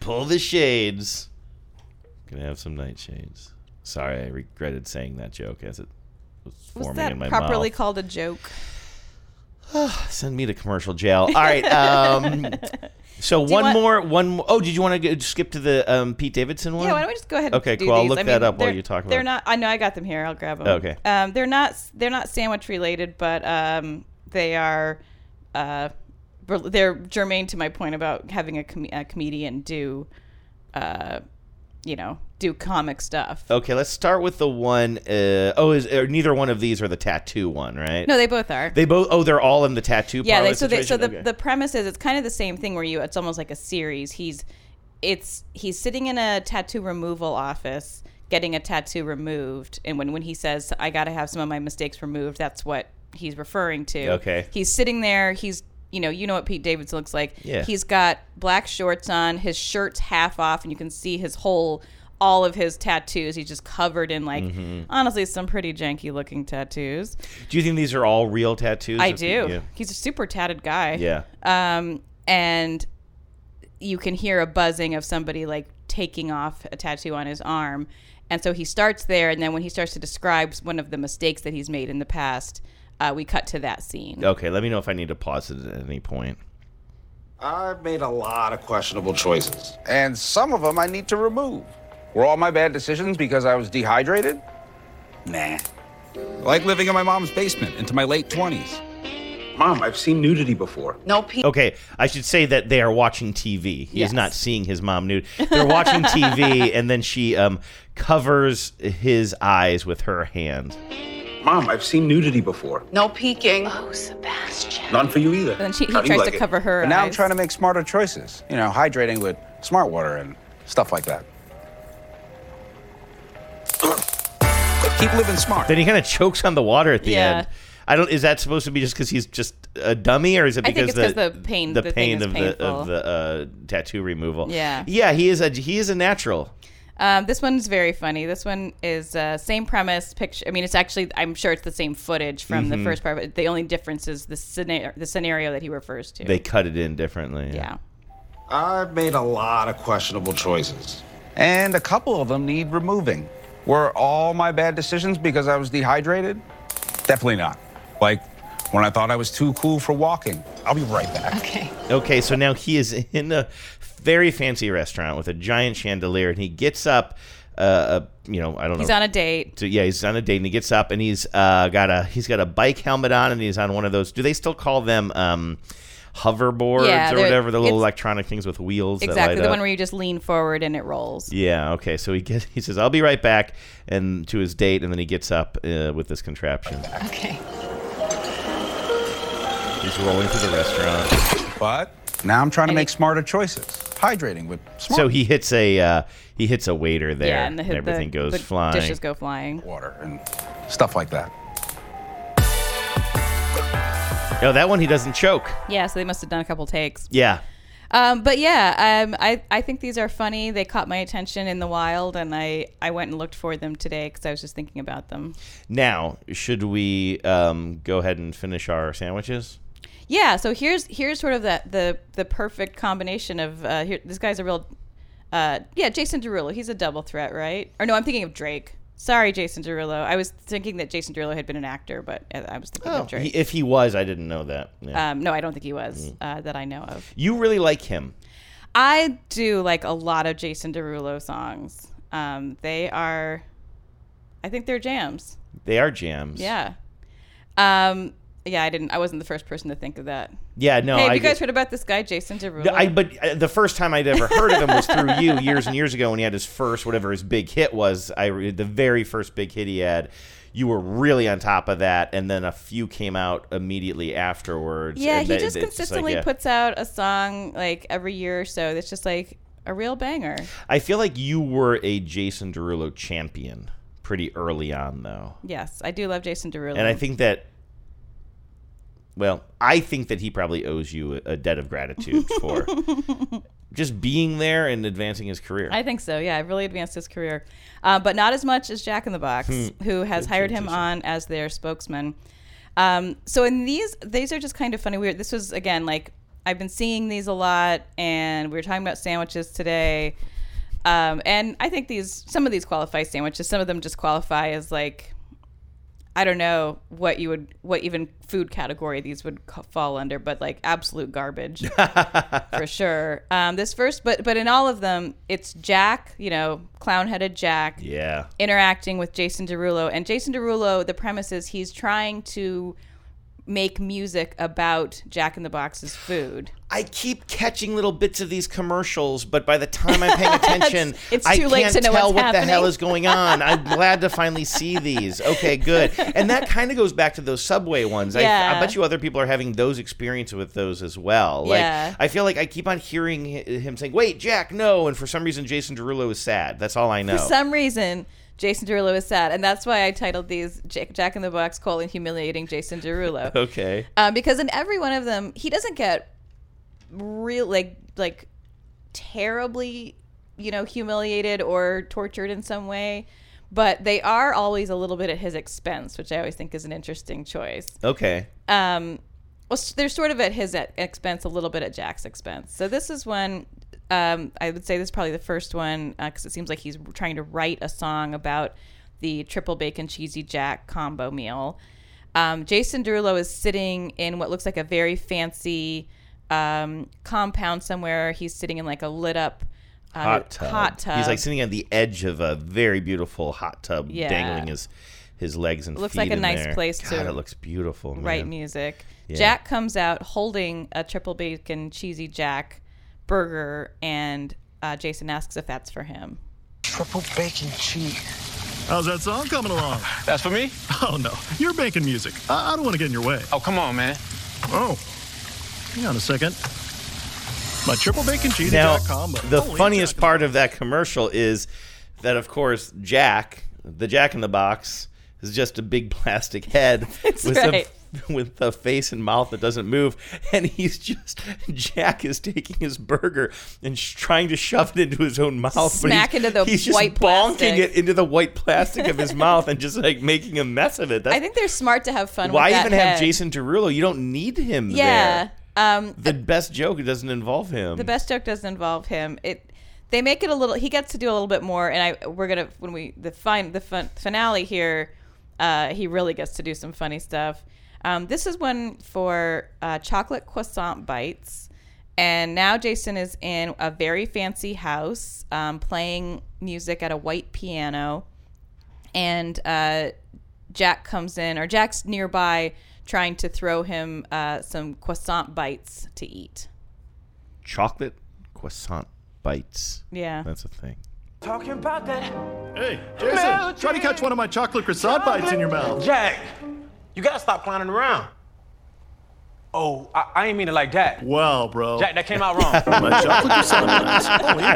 Pull the shades. Gonna have some nightshades. Sorry, I regretted saying that joke as it was forming
Was that
in my
properly
mouth.
called a joke?
Send me to commercial jail. All right. Um, so
Do you
one
want-
more, one. More, oh, did you want to skip to the um, Pete Davidson one?
Yeah, why don't we just go ahead? And
Okay,
do
cool. I'll
these?
look
I
that
mean,
up while
they're-
you talk about.
They're
it.
not. I know I got them here. I'll grab them.
Okay.
Um, they're not. They're not sandwich related, but um, they are. Uh, rel- they're germane to my point about having a, com- a comedian do, uh, you know, do comic stuff.
Okay, let's start with the one. Uh, oh, is or neither one of these are the tattoo one, right?
No, they both are.
They both. Oh, they're all in the tattoo.
yeah
parlor
they, so they, so the,
situation? Okay.
the premise is it's kind of the same thing where you it's almost like a series he's it's he's sitting in a tattoo removal office getting a tattoo removed and when when he says i gotta have some of my mistakes removed that's what he's referring to
Okay.
he's sitting there he's you know you know what pete davidson looks like
Yeah.
he's got black shorts on his shirt's half off and you can see his whole all of his tattoos he's just covered in like
Mhm.
honestly some pretty janky looking tattoos
Do you think these are all real tattoos?
I
If
do.
you- yeah.
He's a super tatted guy.
Yeah.
Um, and you can hear a buzzing of somebody like taking off a tattoo on his arm. And so he starts there, and then when he starts to describe one of the mistakes that he's made in the past, uh, we cut to that scene.
Okay, let me know if I need to pause it at any point.
I've made a lot of questionable choices, and some of them I need to remove. Were all my bad decisions because I was dehydrated? Nah.
Like living in my mom's basement into my late 20s.
Mom, I've seen nudity before.
No pee.
Okay, I should say that they are watching TV. He
Yes.
is not seeing his mom nude. They're watching TV, and then she um, covers his eyes with her hand.
Mom, I've seen nudity before.
No peeking. Oh, Sebastian.
None for you either.
And then she, he
How do you
tries
like
to
it?
cover her
But now I'm
eyes.
trying to make smarter choices. You know, hydrating with smart water and stuff like that. Keep living smart.
Then he kind of chokes on the water at the
Yeah.
end. I don't. Is that supposed to be just because he's just a dummy, or is it
I think
because
it's 'cause
the,
the pain-
the
the
pain
thing is
of the
painful.
of the uh, tattoo removal?
Yeah.
yeah. He is a he is a natural.
Um, this one's very funny. This one is uh, same premise picture. I mean, it's actually I'm sure it's the same footage from
Mhm.
the first part, but the only difference is the scenario, the scenario that he refers to.
They cut it in differently.
yeah.
I've made a lot of questionable choices.
And a couple of them need removing. Were all my bad decisions because I was dehydrated? Definitely not. Like when I thought I was too cool for walking. I'll be right back. Okay.
Okay, so now he is in a very fancy restaurant with a giant chandelier, and he gets up. Uh, a, you know, I don't
He's
know.
on a date.
So, yeah, he's on a date, and he gets up, and he's uh, got a he's got a bike helmet on, and he's on one of those. Do they still call them um, hoverboards
Yeah,
or
they're-
whatever? The little
it's-
electronic things with wheels.
Exactly
that light
the
up?
one where you just lean forward and it rolls.
Yeah. Okay. So he gets, he says, "I'll be right back," and to his date, and then he gets up uh, with this contraption.
Okay.
He's rolling through the restaurant.
But now I'm trying to make smarter choices. Hydrating with smart
So he hits a uh, he hits a waiter there,
yeah,
and,
and, the, the,
everything goes
the
flying.
Dishes go flying.
water and stuff like that.
No, Oh, that one he doesn't choke.
Yeah, so they must have done a couple takes.
Yeah.
Um, but yeah, um, I, I think these are funny. They caught my attention in the wild, and I, I went and looked for them today because I was just thinking about them.
Now, should we um, go ahead and finish our sandwiches?
Yeah, so here's here's sort of the the, the perfect combination of uh, here, this guy's a real uh, yeah Jason Derulo. He's a double threat, right? Or no, I'm thinking of Drake. Sorry, Jason Derulo. I was thinking that Jason Derulo had been an actor, but uh, I I was thinking of Drake.
Oh, He- if he was, I didn't know that. Yeah.
um, no, I don't think he was uh, that I know of.
you really like him.
I do like a lot of Jason Derulo songs. Um, they are, I think they're jams.
They are jams.
Yeah. Um, yeah, I didn't. I wasn't the first person to think of that.
Yeah, no,
Hey, have
Oh, I
you guys
get-
heard about this guy Jason Derulo?
No, I, but uh, the first time I'd ever heard of him was through you years and years ago when he had his first whatever his big hit was. I re- the very first big hit he had. You were really on top of that, and then a few came out immediately afterwards.
yeah,
and
he
that-
just
it's like,
consistently
yeah.
puts out a song like every year or so. That's just like a real banger.
I feel like you were a Jason Derulo champion pretty early on, though,
Yes, I do love Jason Derulo.
and I think that. Well, I think that he probably owes you a- a debt of gratitude for just being there and advancing his career.
I think so. Yeah, it really advanced his career, uh, but not as much as Jack in the Box,
Hmm.
who has hired him on as their spokesman. Um, so in these, these are just kind of funny. Weird. This was again like I've been seeing these a lot, and we were talking about sandwiches today. Um, and I think these some of these qualify sandwiches. Some of them just qualify as like I don't know what you would what even food category these would ca- fall under, but like absolute garbage for sure. Um, this first, but but in all of them, it's Jack, you know, clown headed Jack,
yeah.
interacting with Jason Derulo, and Jason Derulo. The premise is he's trying to make music about Jack in the Box's food.
I keep catching little bits of these commercials, but by the time I'm paying attention,
It's
I
too late
can't
to know
tell
what's
what the hell
happening.
is going on. I'm glad to finally see these. Okay, good. And that kind of goes back to those subway ones. I, I
Yeah.
bet you other people are having those experiences with those as well. Like,
Yeah.
I feel like I keep on hearing hi- him saying, "Wait, Jack, no," and for some reason, Jason Derulo is sad. That's all I know.
For some reason, Jason Derulo is sad, and that's why I titled these Jack, Jack in the Box: colon, humiliating Jason Derulo.
okay.
um, because in every one of them he doesn't get real like like terribly you know humiliated or tortured in some way but they are always a little bit at his expense which i always think is an interesting choice
Okay.
um, well, s- they're sort of at his e- expense, a little bit at Jack's expense. So this is one. Um, I would say this is probably the first one because it seems like he's trying to write a song about the triple bacon cheesy Jack combo meal. Um, Jason Derulo is sitting in what looks like a very fancy um, compound somewhere. He's sitting in like a lit up uh,
hot tub.
Hot tub.
He's like sitting on the edge of a very beautiful hot tub,
Yeah.
dangling his his legs and
Looks
feet
like a
in
nice
there.
place
God,
to
it looks beautiful. Man.
Right music.
Yeah.
Jack comes out holding a triple bacon cheesy Jack burger, and uh, Jason asks if that's for him.
Triple bacon cheese. How's that song coming along?
That's for me?
Oh, no. You're making music. I, I don't want to get in your way.
Oh, come on, man.
Oh. Hang on a second. My triple bacon cheese
Now,
Jack combo.
the
oh,
Holy
funniest part of that commercial is that, of course, Jack, the Jack in the Box, is just a big plastic head
That's
with a-
right.
with a face and mouth that doesn't move, and he's just Jack is taking his burger and sh- trying to shove it into his own mouth. but
Smack
he's,
into the
he's just
white
bonking
plastic.
it into the white plastic of his mouth and just like making a mess of it. That's,
I think they're smart to have fun.
why
with that
even
head.
have Jason Derulo? You don't need him.
Yeah.
there.
Um,
The best joke doesn't involve him.
the best joke doesn't involve him. It they make it a little. He gets to do a little bit more, and I we're gonna when we the fine the fun, finale here. Uh, he really gets to do some funny stuff. Um, this is one for uh, chocolate croissant bites, and now Jason is in a very fancy house, um, playing music at a white piano, and uh, Jack comes in, or Jack's nearby, trying to throw him uh, some croissant bites to eat.
chocolate croissant bites.
Yeah.
That's a thing.
Talking about that. Hey, Jason, try to catch one of my chocolate croissant bites in your mouth.
Jack, you gotta stop clowning around.
Oh, I, I didn't mean it like that.
Wow, bro.
Jack, that came out wrong.
My chocolate is so nice.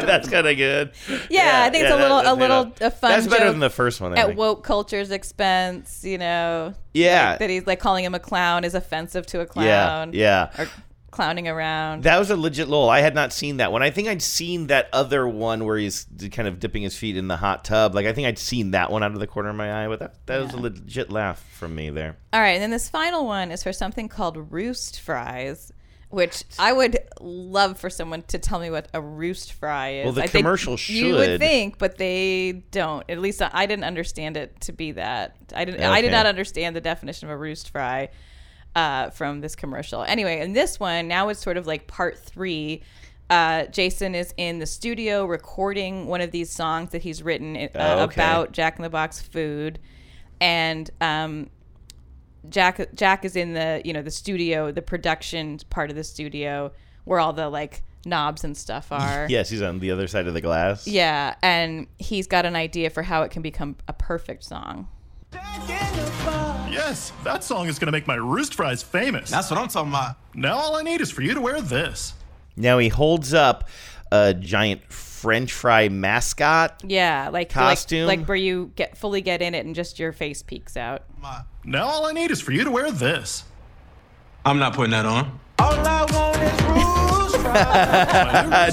that's kind of good.
Yeah, I think it's a
that-
little, a
that-
little,
yeah.
a fun.
That's better
joke
than the first one. I
At
think.
woke culture's expense, you know.
Yeah.
like that he's like calling him a clown is offensive to a
yeah,
clown.
yeah.
Or clowning around.
That was a legit lol. I had not seen that one. I think I'd seen that other one where he's d- kind of dipping his feet in the hot tub. Like I think I'd seen that one out of the corner of my eye. But that that was a legit laugh from me there.
All right, and then this final one is for something called roost fries, which I would love for someone to tell me what a roost fry is.
Well, the
I think
commercial
You would
should.
think, but they don't. At least I- I didn't understand it to be that. I didn't. I did
Okay.
not understand the definition of a roost fry uh, from this commercial. Anyway, in this one now it's sort of like part three. Uh, Jason is in the studio recording one of these songs that he's written uh,
Oh, okay.
about Jack in the Box food, and um, Jack Jack is in the you know the studio, the production part of the studio where all the like knobs and stuff are.
Yes, he's on the other side of the glass.
Yeah, and he's got an idea for how it can become a perfect song.
Yes, that song is going to make my roost fries famous. That's what I'm talking about. Now all I need is for you to wear this.
Now he holds up a giant French fry mascot.
Yeah, like
Costume?
like, like where you get fully get in it and just your face peeks out.
Now all I need is for you to wear this.
I'm not putting that on.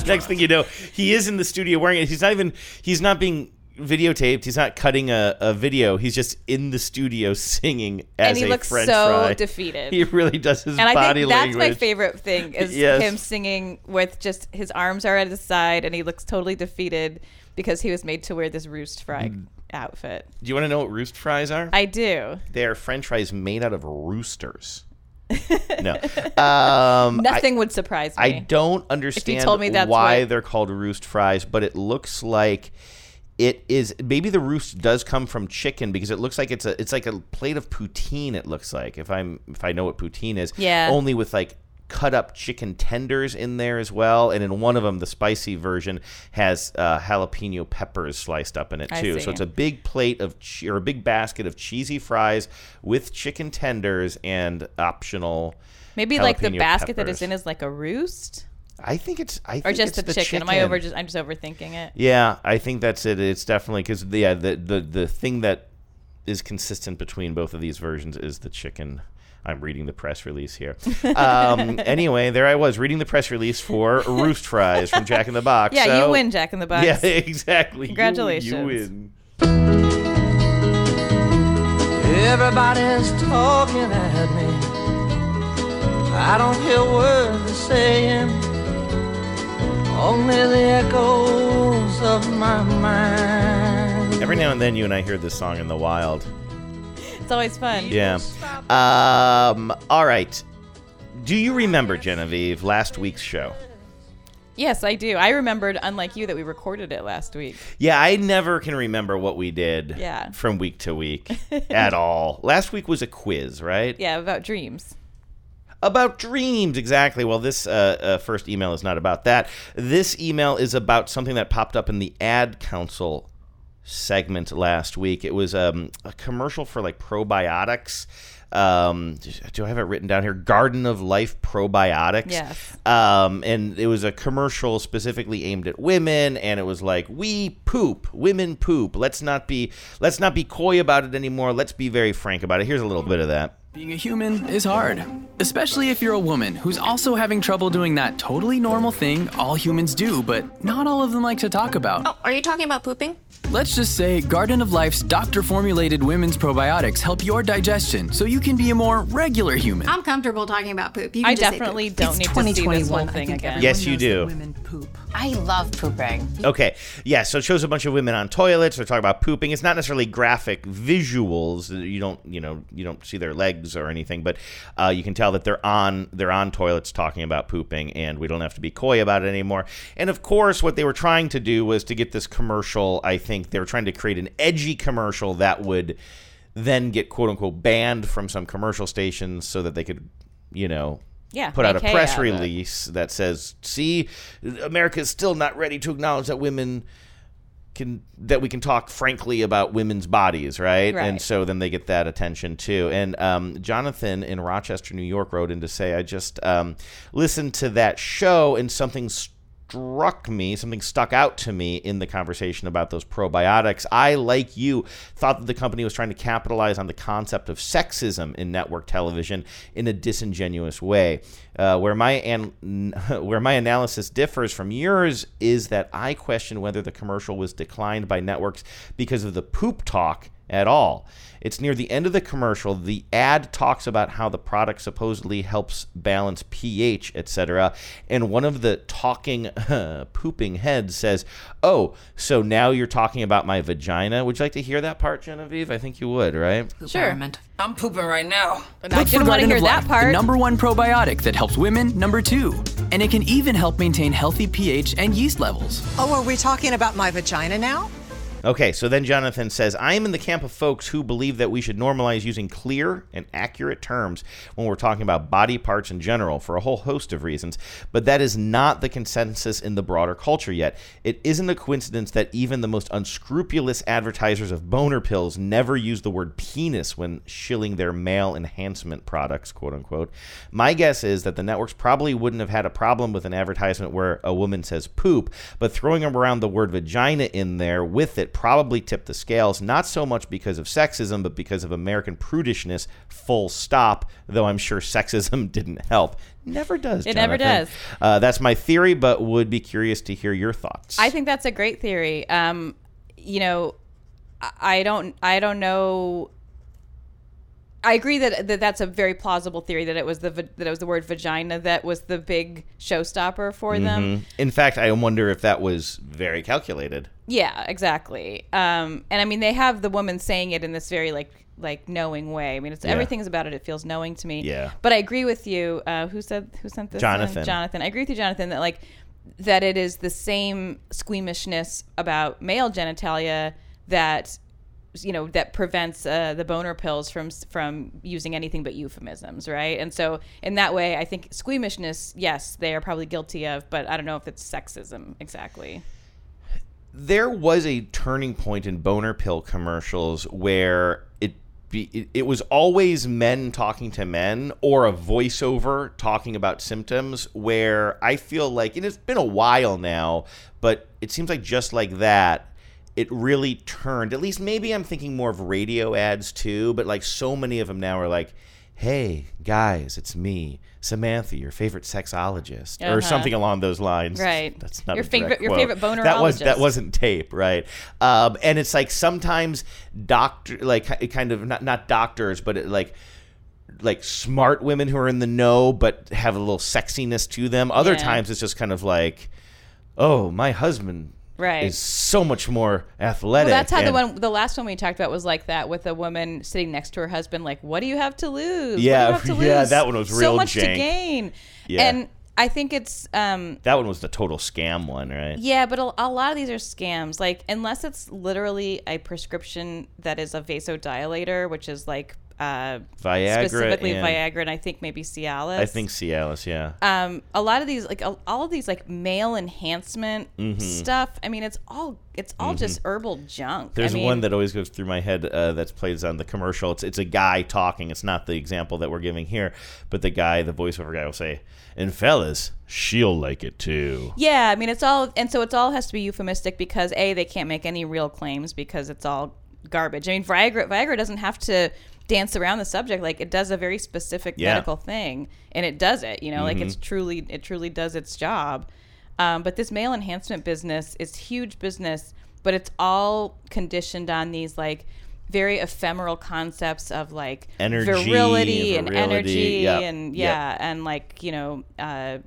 Next thing you know, he is in the studio wearing it. He's not even. He's not being videotaped. He's not cutting a, a video. He's just in the studio singing as
and he
a
looks
French
so
fry.
defeated.
He really does his
and I
body
think that's
language.
my favorite thing is
Yes.
him singing with just his arms are at his side and he looks totally defeated because he was made to wear this roost fry
Mm.
outfit.
Do you want to know what roost fries are?
I do.
they are French fries made out of roosters. no, um, I-
Nothing would surprise me.
I don't understand
told me that's
why
what-
they're called roost fries, but it looks like it is maybe the roost does come from chicken because it looks like it's a it's like a plate of poutine it looks like if I'm if I know what poutine is.
Yeah.
Only with like cut up chicken tenders in there as well and in one of them the spicy version has uh, jalapeno peppers sliced up in it
I
too
see.
so it's a big plate of che- or a big basket of cheesy fries with chicken tenders and optional
Maybe like the
jalapeno
basket that
peppers.
it's in is like a roost.
I think it's I
or
think
just
it's the
the, chicken. Am I over?
chicken.
Just I'm just overthinking it.
Yeah, I think that's it. It's definitely because yeah, the, the the thing that is consistent between both of these versions is the chicken. I'm reading the press release here. Um, anyway, there I was reading the press release for Roost Fries from Jack in the Box.
Yeah,
so-
you win, Jack in the Box.
Yeah, exactly. You-
Congratulations.
You, win.
Everybody's talking at me. I don't hear words they're saying, only the echoes of my mind.
Every now and then, you and I hear this song in the wild.
It's always fun.
Yeah. Um, all right. Do you remember Genevieve last week's show?
Yes, I do. I remembered, unlike you, that we recorded it last week.
Yeah, I never can remember what we did
Yeah.
from week to week at all. Last week was a quiz, right?
Yeah, about dreams.
About dreams, exactly. Well, this uh, uh, first email is not about that. This email is about something that popped up in the ad council segment last week. It was um, a commercial for like probiotics. Um, do I have it written down here? Garden of Life probiotics.
Yes.
Um, and it was a commercial specifically aimed at women, and it was like, "We poop, women poop. Let's not be, let's not be coy about it anymore. Let's be very frank about it." Here's a little bit of that.
Being a human is hard, especially if you're a woman who's also having trouble doing that totally normal thing all humans do, but not all of them like to talk about.
Oh, Are you talking about pooping?
Let's just say Garden of Life's doctor formulated women's probiotics help your digestion so you can be a more regular human.
I'm comfortable talking about poop. You can
I
just say
definitely
poop.
don't need to see this whole thing again.
Yes, you do.
I love pooping.
Okay. Yeah. So it shows a bunch of women on toilets. They're talking about pooping. It's not necessarily graphic visuals. You don't, you know, you don't see their legs or anything, but uh, you can tell that they're on they're on toilets talking about pooping, and we don't have to be coy about it anymore. And of course, what they were trying to do was to get this commercial. I think they were trying to create an edgy commercial that would then get quote unquote banned from some commercial stations so that they could, you know.
Yeah,
put out a
make hay
press
uh,
out of it.
release release that says, "See, America is still not ready to acknowledge that women can that we can talk frankly about women's bodies, right?
Right.
And so then they get that attention too. And um, Jonathan in Rochester, New York, wrote in to say, "I just um, listened to that show and something." Struck me, something stuck out to me in the conversation about those probiotics. I, like you, thought that the company was trying to capitalize on the concept of sexism in network television in a disingenuous way. Uh, where my an- where my analysis differs from yours is that I question whether the commercial was declined by networks because of the poop talk at all. It's near the end of the commercial. The ad talks about how the product supposedly helps balance pH, etc. And one of the talking pooping heads says, "Oh, so now you're talking about my vagina? Would you like to hear that part, Genevieve? I think you would, right?"
Sure.
I'm pooping right now. And
Poop for Garden of Life, The number one probiotic that helps women, number two. And it can even help maintain healthy pH and yeast levels.
Oh, are we talking about my vagina now?
Okay, so then Jonathan says, I am in the camp of folks who believe that we should normalize using clear and accurate terms when we're talking about body parts in general for a whole host of reasons, but that is not the consensus in the broader culture yet. It isn't a coincidence that even the most unscrupulous advertisers of boner pills never use the word penis when shilling their male enhancement products, quote unquote. My guess is that the networks probably wouldn't have had a problem with an advertisement where a woman says poop, but throwing around the word vagina in there with it probably tipped the scales, not so much because of sexism, but because of American prudishness, full stop, though I'm sure sexism didn't help. Never does.
It never
Jonathan.
does.
Uh, that's my theory, but would be curious to hear your thoughts.
I think that's a great theory. Um, you know, I- I don't, I don't know. I agree that, that that's a very plausible theory that it was the va- that it was the word vagina that was the big showstopper for them.
Mhm. In fact, I wonder if that was very calculated.
Yeah, exactly. Um, and I mean, they have the woman saying it in this very like like knowing way. I mean, it's
Yeah.
everything's about it. It feels knowing to me.
Yeah.
But I agree with you. Uh, who said who sent this? in?
Jonathan.
Jonathan. I agree with you, Jonathan, that like that it is the same squeamishness about male genitalia that you know that prevents uh, the boner pills from from using anything but euphemisms, right? And so in that way, I think squeamishness, yes, they are probably guilty of, but I don't know if it's sexism exactly.
there was a turning point in boner pill commercials where it be, it, it was always men talking to men or a voiceover talking about symptoms where I feel like and it's been a while now, but it seems like just like that it really turned. At least maybe I'm thinking more of radio ads too, but like so many of them now are like Hey guys, it's me, Samantha, your favorite sexologist,
Uh-huh.
or something along those lines.
Right.
That's not
Your
a direct
favorite- your
quote.
favorite
That was that
bonerologist.
was wasn't tape, right? Um, and it's like sometimes doctor, like ki- kind of not not doctors, but it, like like smart women who are in the know but have a little sexiness to them. Other
Yeah.
times it's just kind of like, oh, my husband
Right.
is so much more athletic.
Well, that's how the
and-
one, the last one we talked about was like that, with a woman sitting next to her husband, like, "What do you have to lose?
Yeah,
what do you have to
yeah,
lose?
that one was
so
real
much to
jank.
gain."
Yeah.
And I think it's, um,
That one was the total scam one, right?
yeah, but a, a lot of these are scams. Like, unless it's literally a prescription that is a vasodilator, which is like uh,
Viagra
specifically
and-
Viagra, and I think maybe Cialis.
I think Cialis, yeah.
Um, a lot of these, like a- all of these, like male enhancement
Mhm.
stuff. I mean, it's all it's all
Mhm.
just herbal junk.
There's
I mean,
one that always goes through my head uh, that's plays on the commercial. It's it's a guy talking. It's not the example that we're giving here, but the guy, the voiceover guy, will say, "And fellas, she'll like it too."
Yeah, I mean it's all, and so it's all has to be euphemistic because a they can't make any real claims because it's all garbage. I mean Viagra Viagra doesn't have to dance around the subject like it does a very specific
Yeah.
medical thing, and it does it. You know, like it's
Mhm.
truly it truly does its job. Um, but this male enhancement business is huge business, but it's all conditioned on these like very ephemeral concepts of like
Energy,
virility, and
virility,
energy
yep,
and
yep.
yeah and like you know uh,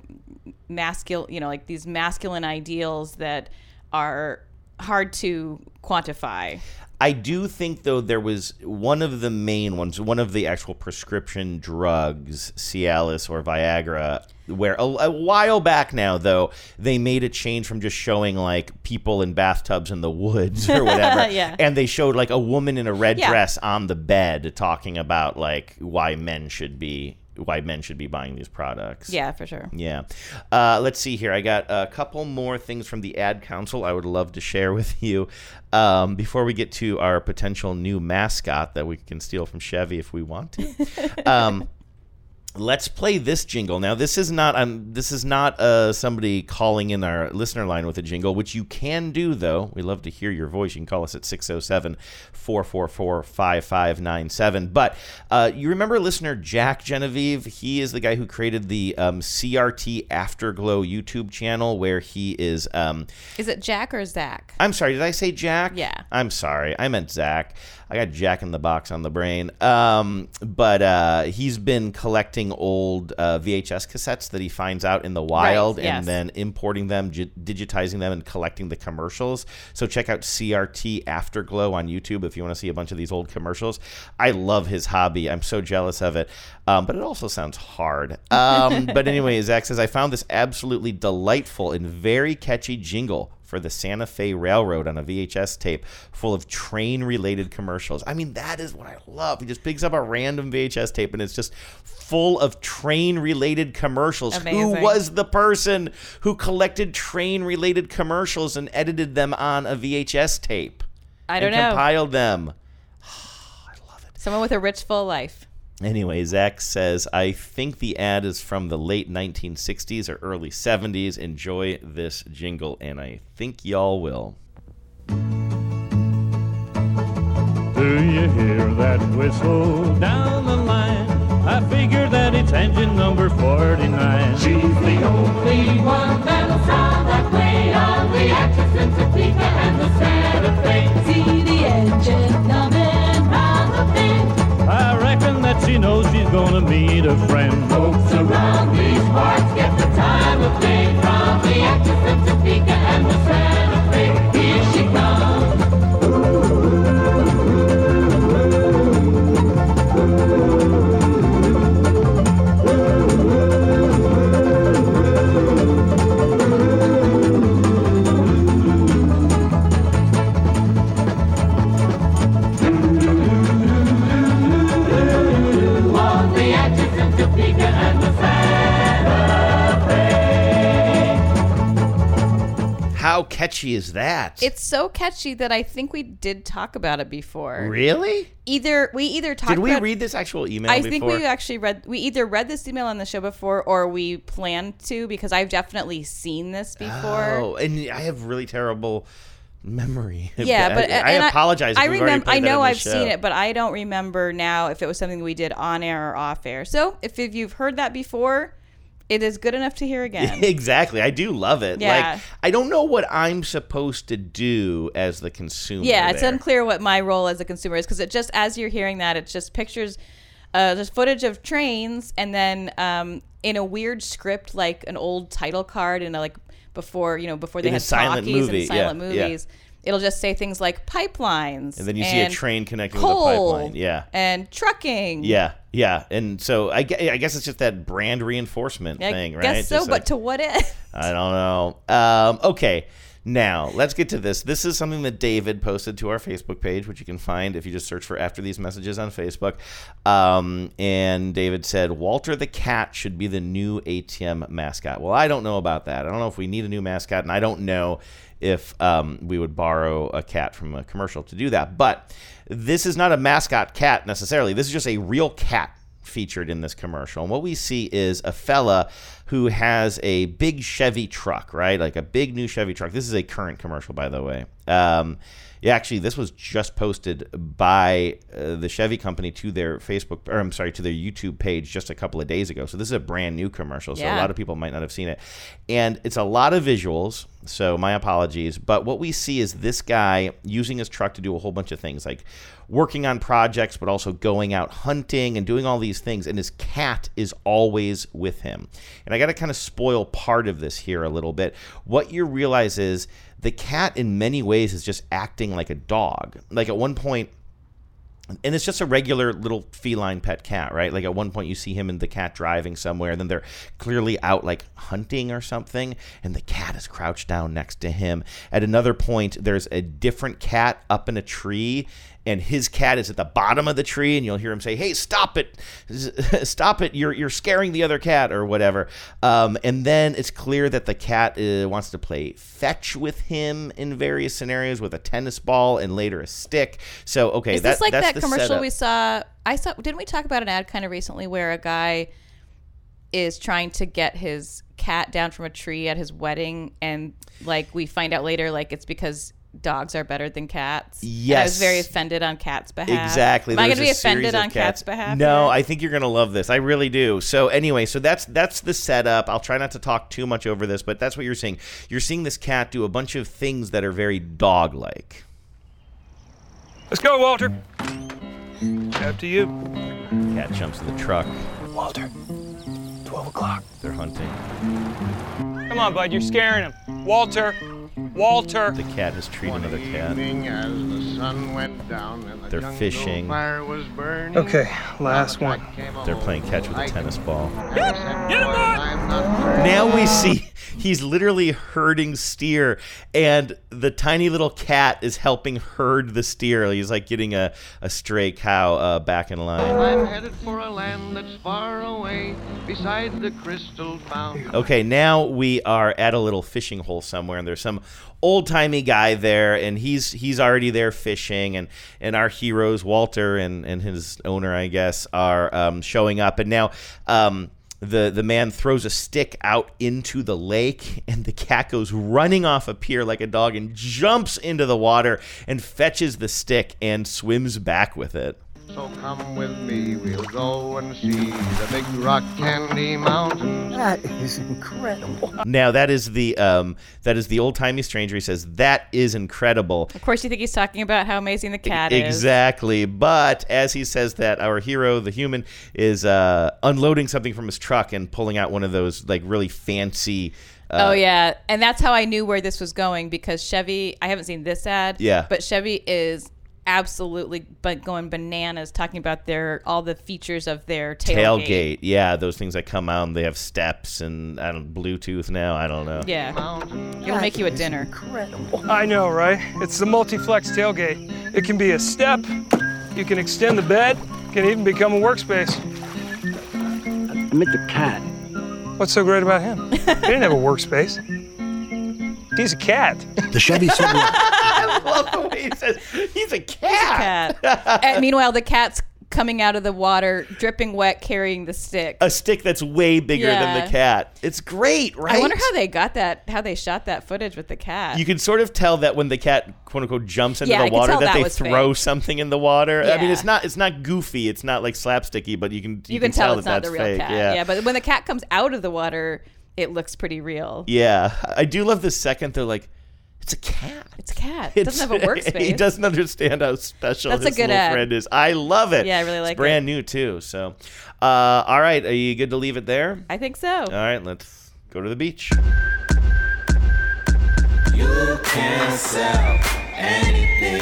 masculine you know like these masculine ideals that are hard to quantify
I do think though there was one of the main ones, one of the actual prescription drugs, Cialis or Viagra, where a, a while back now though they made a change from just showing like people in bathtubs in the woods or whatever,
Yeah.
and they showed like a woman in a red
Yeah.
dress on the bed talking about like why men should be why men should be buying these products.
Yeah, for sure.
Yeah. Uh, let's see here. I got a couple more things from the ad council I would love to share with you um, before we get to our potential new mascot that we can steal from Chevy if we want to. Um, Let's play this jingle now. This is not um, this is not uh, somebody calling in our listener line with a jingle, which you can do though. We love to hear your voice. You can call us at 607-444-5597. But uh, you remember listener Jack Genevieve? He is the guy who created the um, CRT Afterglow YouTube channel, where he is. Um,
Is it Jack or Zach?
I'm sorry, did I say Jack?
Yeah.
I'm sorry, I meant Zach. I got Jack in the Box on the brain. Um, but uh, he's been collecting old uh, VHS cassettes that he finds out in the wild
yes.
and then importing them, gi- digitizing them, and collecting the commercials. So check out CRT Afterglow on YouTube if you want to see a bunch of these old commercials. I love his hobby. I'm so jealous of it. Um, but it also sounds hard. Um, but anyway, Zach says, I found this absolutely delightful and very catchy jingle for the Santa Fe Railroad on a VHS tape full of train related commercials. I mean, that is what I love. He just picks up a random VHS tape and it's just full of train related commercials. Who
Amazing.
was the person who collected train related commercials and edited them on a VHS tape?
I don't
and
know.
Compiled them.
Someone with a rich, full life.
Anyway, Zach says, I think the ad is from the late 1960s or early 70s. Enjoy this jingle, and I think y'all will.
Do you hear that whistle down the line? I figure that it's engine number 49. She's the only one that'll sound that way on the Atchison, Topeka, and the Santa Fe. See the engine coming round the bend. I reckon that she knows she's gonna meet a friend. Folks around these parts get the time of day from the Atchison, Topeka, and the Santa Fe. Here she comes. on the Atchison, Topeka, and the
How catchy is that?
It's so catchy that I think we did talk about it before.
Really?
Either we either talked.
Did we
about-
read this actual email
I
before?
think we actually read. We either read this email on the show before, or we planned to, because I've definitely seen this before.
Oh, and I have really terrible memory.
Yeah, but uh,
I,
and
apologize.
I
if we've already
remember.
played
I
that
know
on the
I've
show.
seen it, but I don't remember now if it was something we did on air or off air. So if, if you've heard that before, it is good enough to hear again.
exactly. I do love it.
Yeah.
Like I don't know what I'm supposed to do as the consumer.
yeah, it's
there.
unclear what my role as a consumer is because it just as you're hearing that, it's just pictures, uh, just footage of trains, and then um, in a weird script like an old title card and a, like before you know before they
In a
had
silent
talkies
movie,
and
yeah,
silent
yeah.
movies. It'll just say things like pipelines,
And then you see a train connecting
coal,
with a pipeline. Yeah.
and trucking.
Yeah, yeah, and so I, gue- I guess it's just that brand reinforcement
I
thing, right?
Guess so,
Just
but
like-
to what e-, end?
I don't know. Um, okay, now let's get to this. This is something that David posted to our Facebook page, which you can find if you just search for "After These Messages" on Facebook. Um, and David said Walter the cat should be the new ATM mascot. Well, I don't know about that. I don't know if we need a new mascot, and I don't know if um, we would borrow a cat from a commercial to do that. But this is not a mascot cat necessarily. This is just a real cat featured in this commercial. And what we see is a fella who has a big Chevy truck, right? Like a big new Chevy truck. This is a current commercial, by the way. Um, yeah, actually, this was just posted by uh, the Chevy company to their Facebook, or I'm sorry, to their YouTube page just a couple of days ago. So this is a brand new commercial. So a
Yeah.
lot of people might not have seen it. And it's a lot of visuals, so my apologies. But what we see is this guy using his truck to do a whole bunch of things, like working on projects, but also going out hunting and doing all these things. And his cat is always with him. And I got to kind of spoil part of this here a little bit. What you realize is the cat, in many ways, is just acting like a dog. Like at one point, and it's just a regular little feline pet cat, right? Like at one point you see him and the cat driving somewhere, then they're clearly out like hunting or something, and the cat is crouched down next to him. At another point, there's a different cat up in a tree, and his cat is at the bottom of the tree, and you'll hear him say, "Hey, stop it, stop it! You're you're scaring the other cat or whatever." Um, and then it's clear that the cat uh, wants to play fetch with him in various scenarios with a tennis ball and later a stick. So okay,
Is this
that-
like
that's
that
the
commercial
setup.
we saw? I saw. Didn't we talk about an ad kind of recently where a guy is trying to get his cat down from a tree at his wedding, and like we find out later, like it's because dogs are better than cats. And I was
Yes.
very offended on cats' behalf.
Exactly.
Am I
There's
going to be
a series
offended
of
on cats' behalf?
No, I think you're gonna love this. I really do. So anyway, so that's that's the setup. I'll try not to talk too much over this, but that's what you're seeing. You're seeing this cat do a bunch of things that are very dog-like.
Let's go, Walter. After you.
Cat jumps in the truck.
Walter, 12 o'clock.
They're hunting.
Come on, bud, you're scaring him. Walter, Walter.
The cat has treated another cat.
As the sun went down and the
They're
jungle
fishing.
fire was burning.
Okay, last one.
They're playing catch with a tennis ball.
Get him,
Now we see he's literally herding steer, and the tiny little cat is helping herd the steer. He's like getting a, a stray cow uh, back in line.
I'm headed for a land that's far away beside the crystal fountain.
Okay, now we are at a little fishing hole somewhere, and there's some old timey guy there, and he's he's already there fishing, and and our heroes Walter and and his owner, I guess, are um, showing up, and now. Um, the, the man throws a stick out into the lake, and the cat goes running off a pier like a dog and jumps into the water and fetches the stick and swims back with it.
So come with me, we'll go and see the big rock candy mountain. That is incredible.
Now that is the um, that is the old timey stranger. He says that is incredible.
Of course, you think he's talking about how amazing the
E
cat is.
Exactly. But as he says that, our hero, the human, is uh, unloading something from his truck and pulling out one of those like really fancy. Uh,
oh yeah, and that's how I knew where this was going because Chevy. I haven't seen this ad.
Yeah.
but Chevy is absolutely but going bananas talking about their all the features of their
Tailgate.
tailgate.
yeah, those things that come out and they have steps and I don't Bluetooth now. I don't know.
Yeah, it'll make you a dinner.
I know, right? It's the multi-flex tailgate. It can be a step, you can extend the bed, it can even become a workspace. I meant the cat. What's so great about him? he didn't have a workspace. He's a cat. The Chevy
I love the way he says he's a cat.
and meanwhile, the cat's coming out of the water, dripping wet, carrying the stick.
A stick that's way bigger than
Yeah.
the cat. It's great, right?
I wonder how they got that, how they shot that footage with the cat.
you can sort of tell that when the cat quote unquote jumps into
Yeah, I
the
could
water
tell
that,
that
they
was
throw
fake.
something in the water i mean
Yeah.
it's not it's not goofy it's not like slapsticky but you can you,
You can, tell, it's
that
not
that's
the real
fake
cat.
yeah
but when the cat comes out of the water, it looks pretty real.
Yeah. i do love the second they're like it's a cat
It's a cat. It doesn't have a
It's-
workspace.
he doesn't understand how special
That's a
his
good
little
ad.
friend is i love it
Yeah, I really like it.
it's brand new too so uh, all right are you good to leave it there
I think so.
all right let's go to the beach
You can sell anything.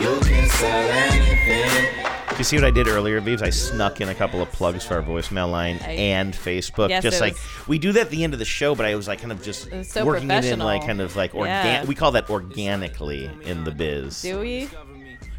You can sell anything.
Do you see what I did earlier, Beeves? I snuck in a couple of plugs for our voicemail line
I-
and Facebook.
Yes,
just
it
like
was-
we do that at the end of the show, but I was like kind of just
It was so
working it in
professional.
like kind of like
Yeah.
organic. We call that organically in the biz.
Do we?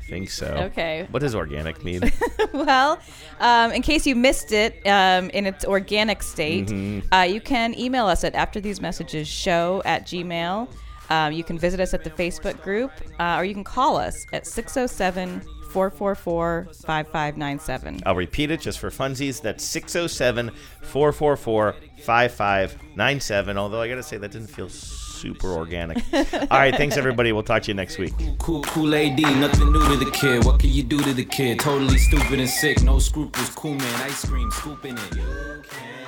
I think so.
Okay.
What does organic mean?
well, um, in case you missed it um, in its organic state,
Mhm.
uh, you can email us at after these messages show at gmail. Um, you can visit us at the Facebook group, uh, or you can call us at 607 444 5597.
I'll repeat it just for funsies. That's 607 444 5597. Although I got to say, that didn't feel super organic. All right. Thanks, everybody. We'll talk to you next week.
Cool, cool AD, nothing new to the kid. What can you do to the kid? Totally stupid and sick, no scruples. Cool man, ice cream, scooping it. You can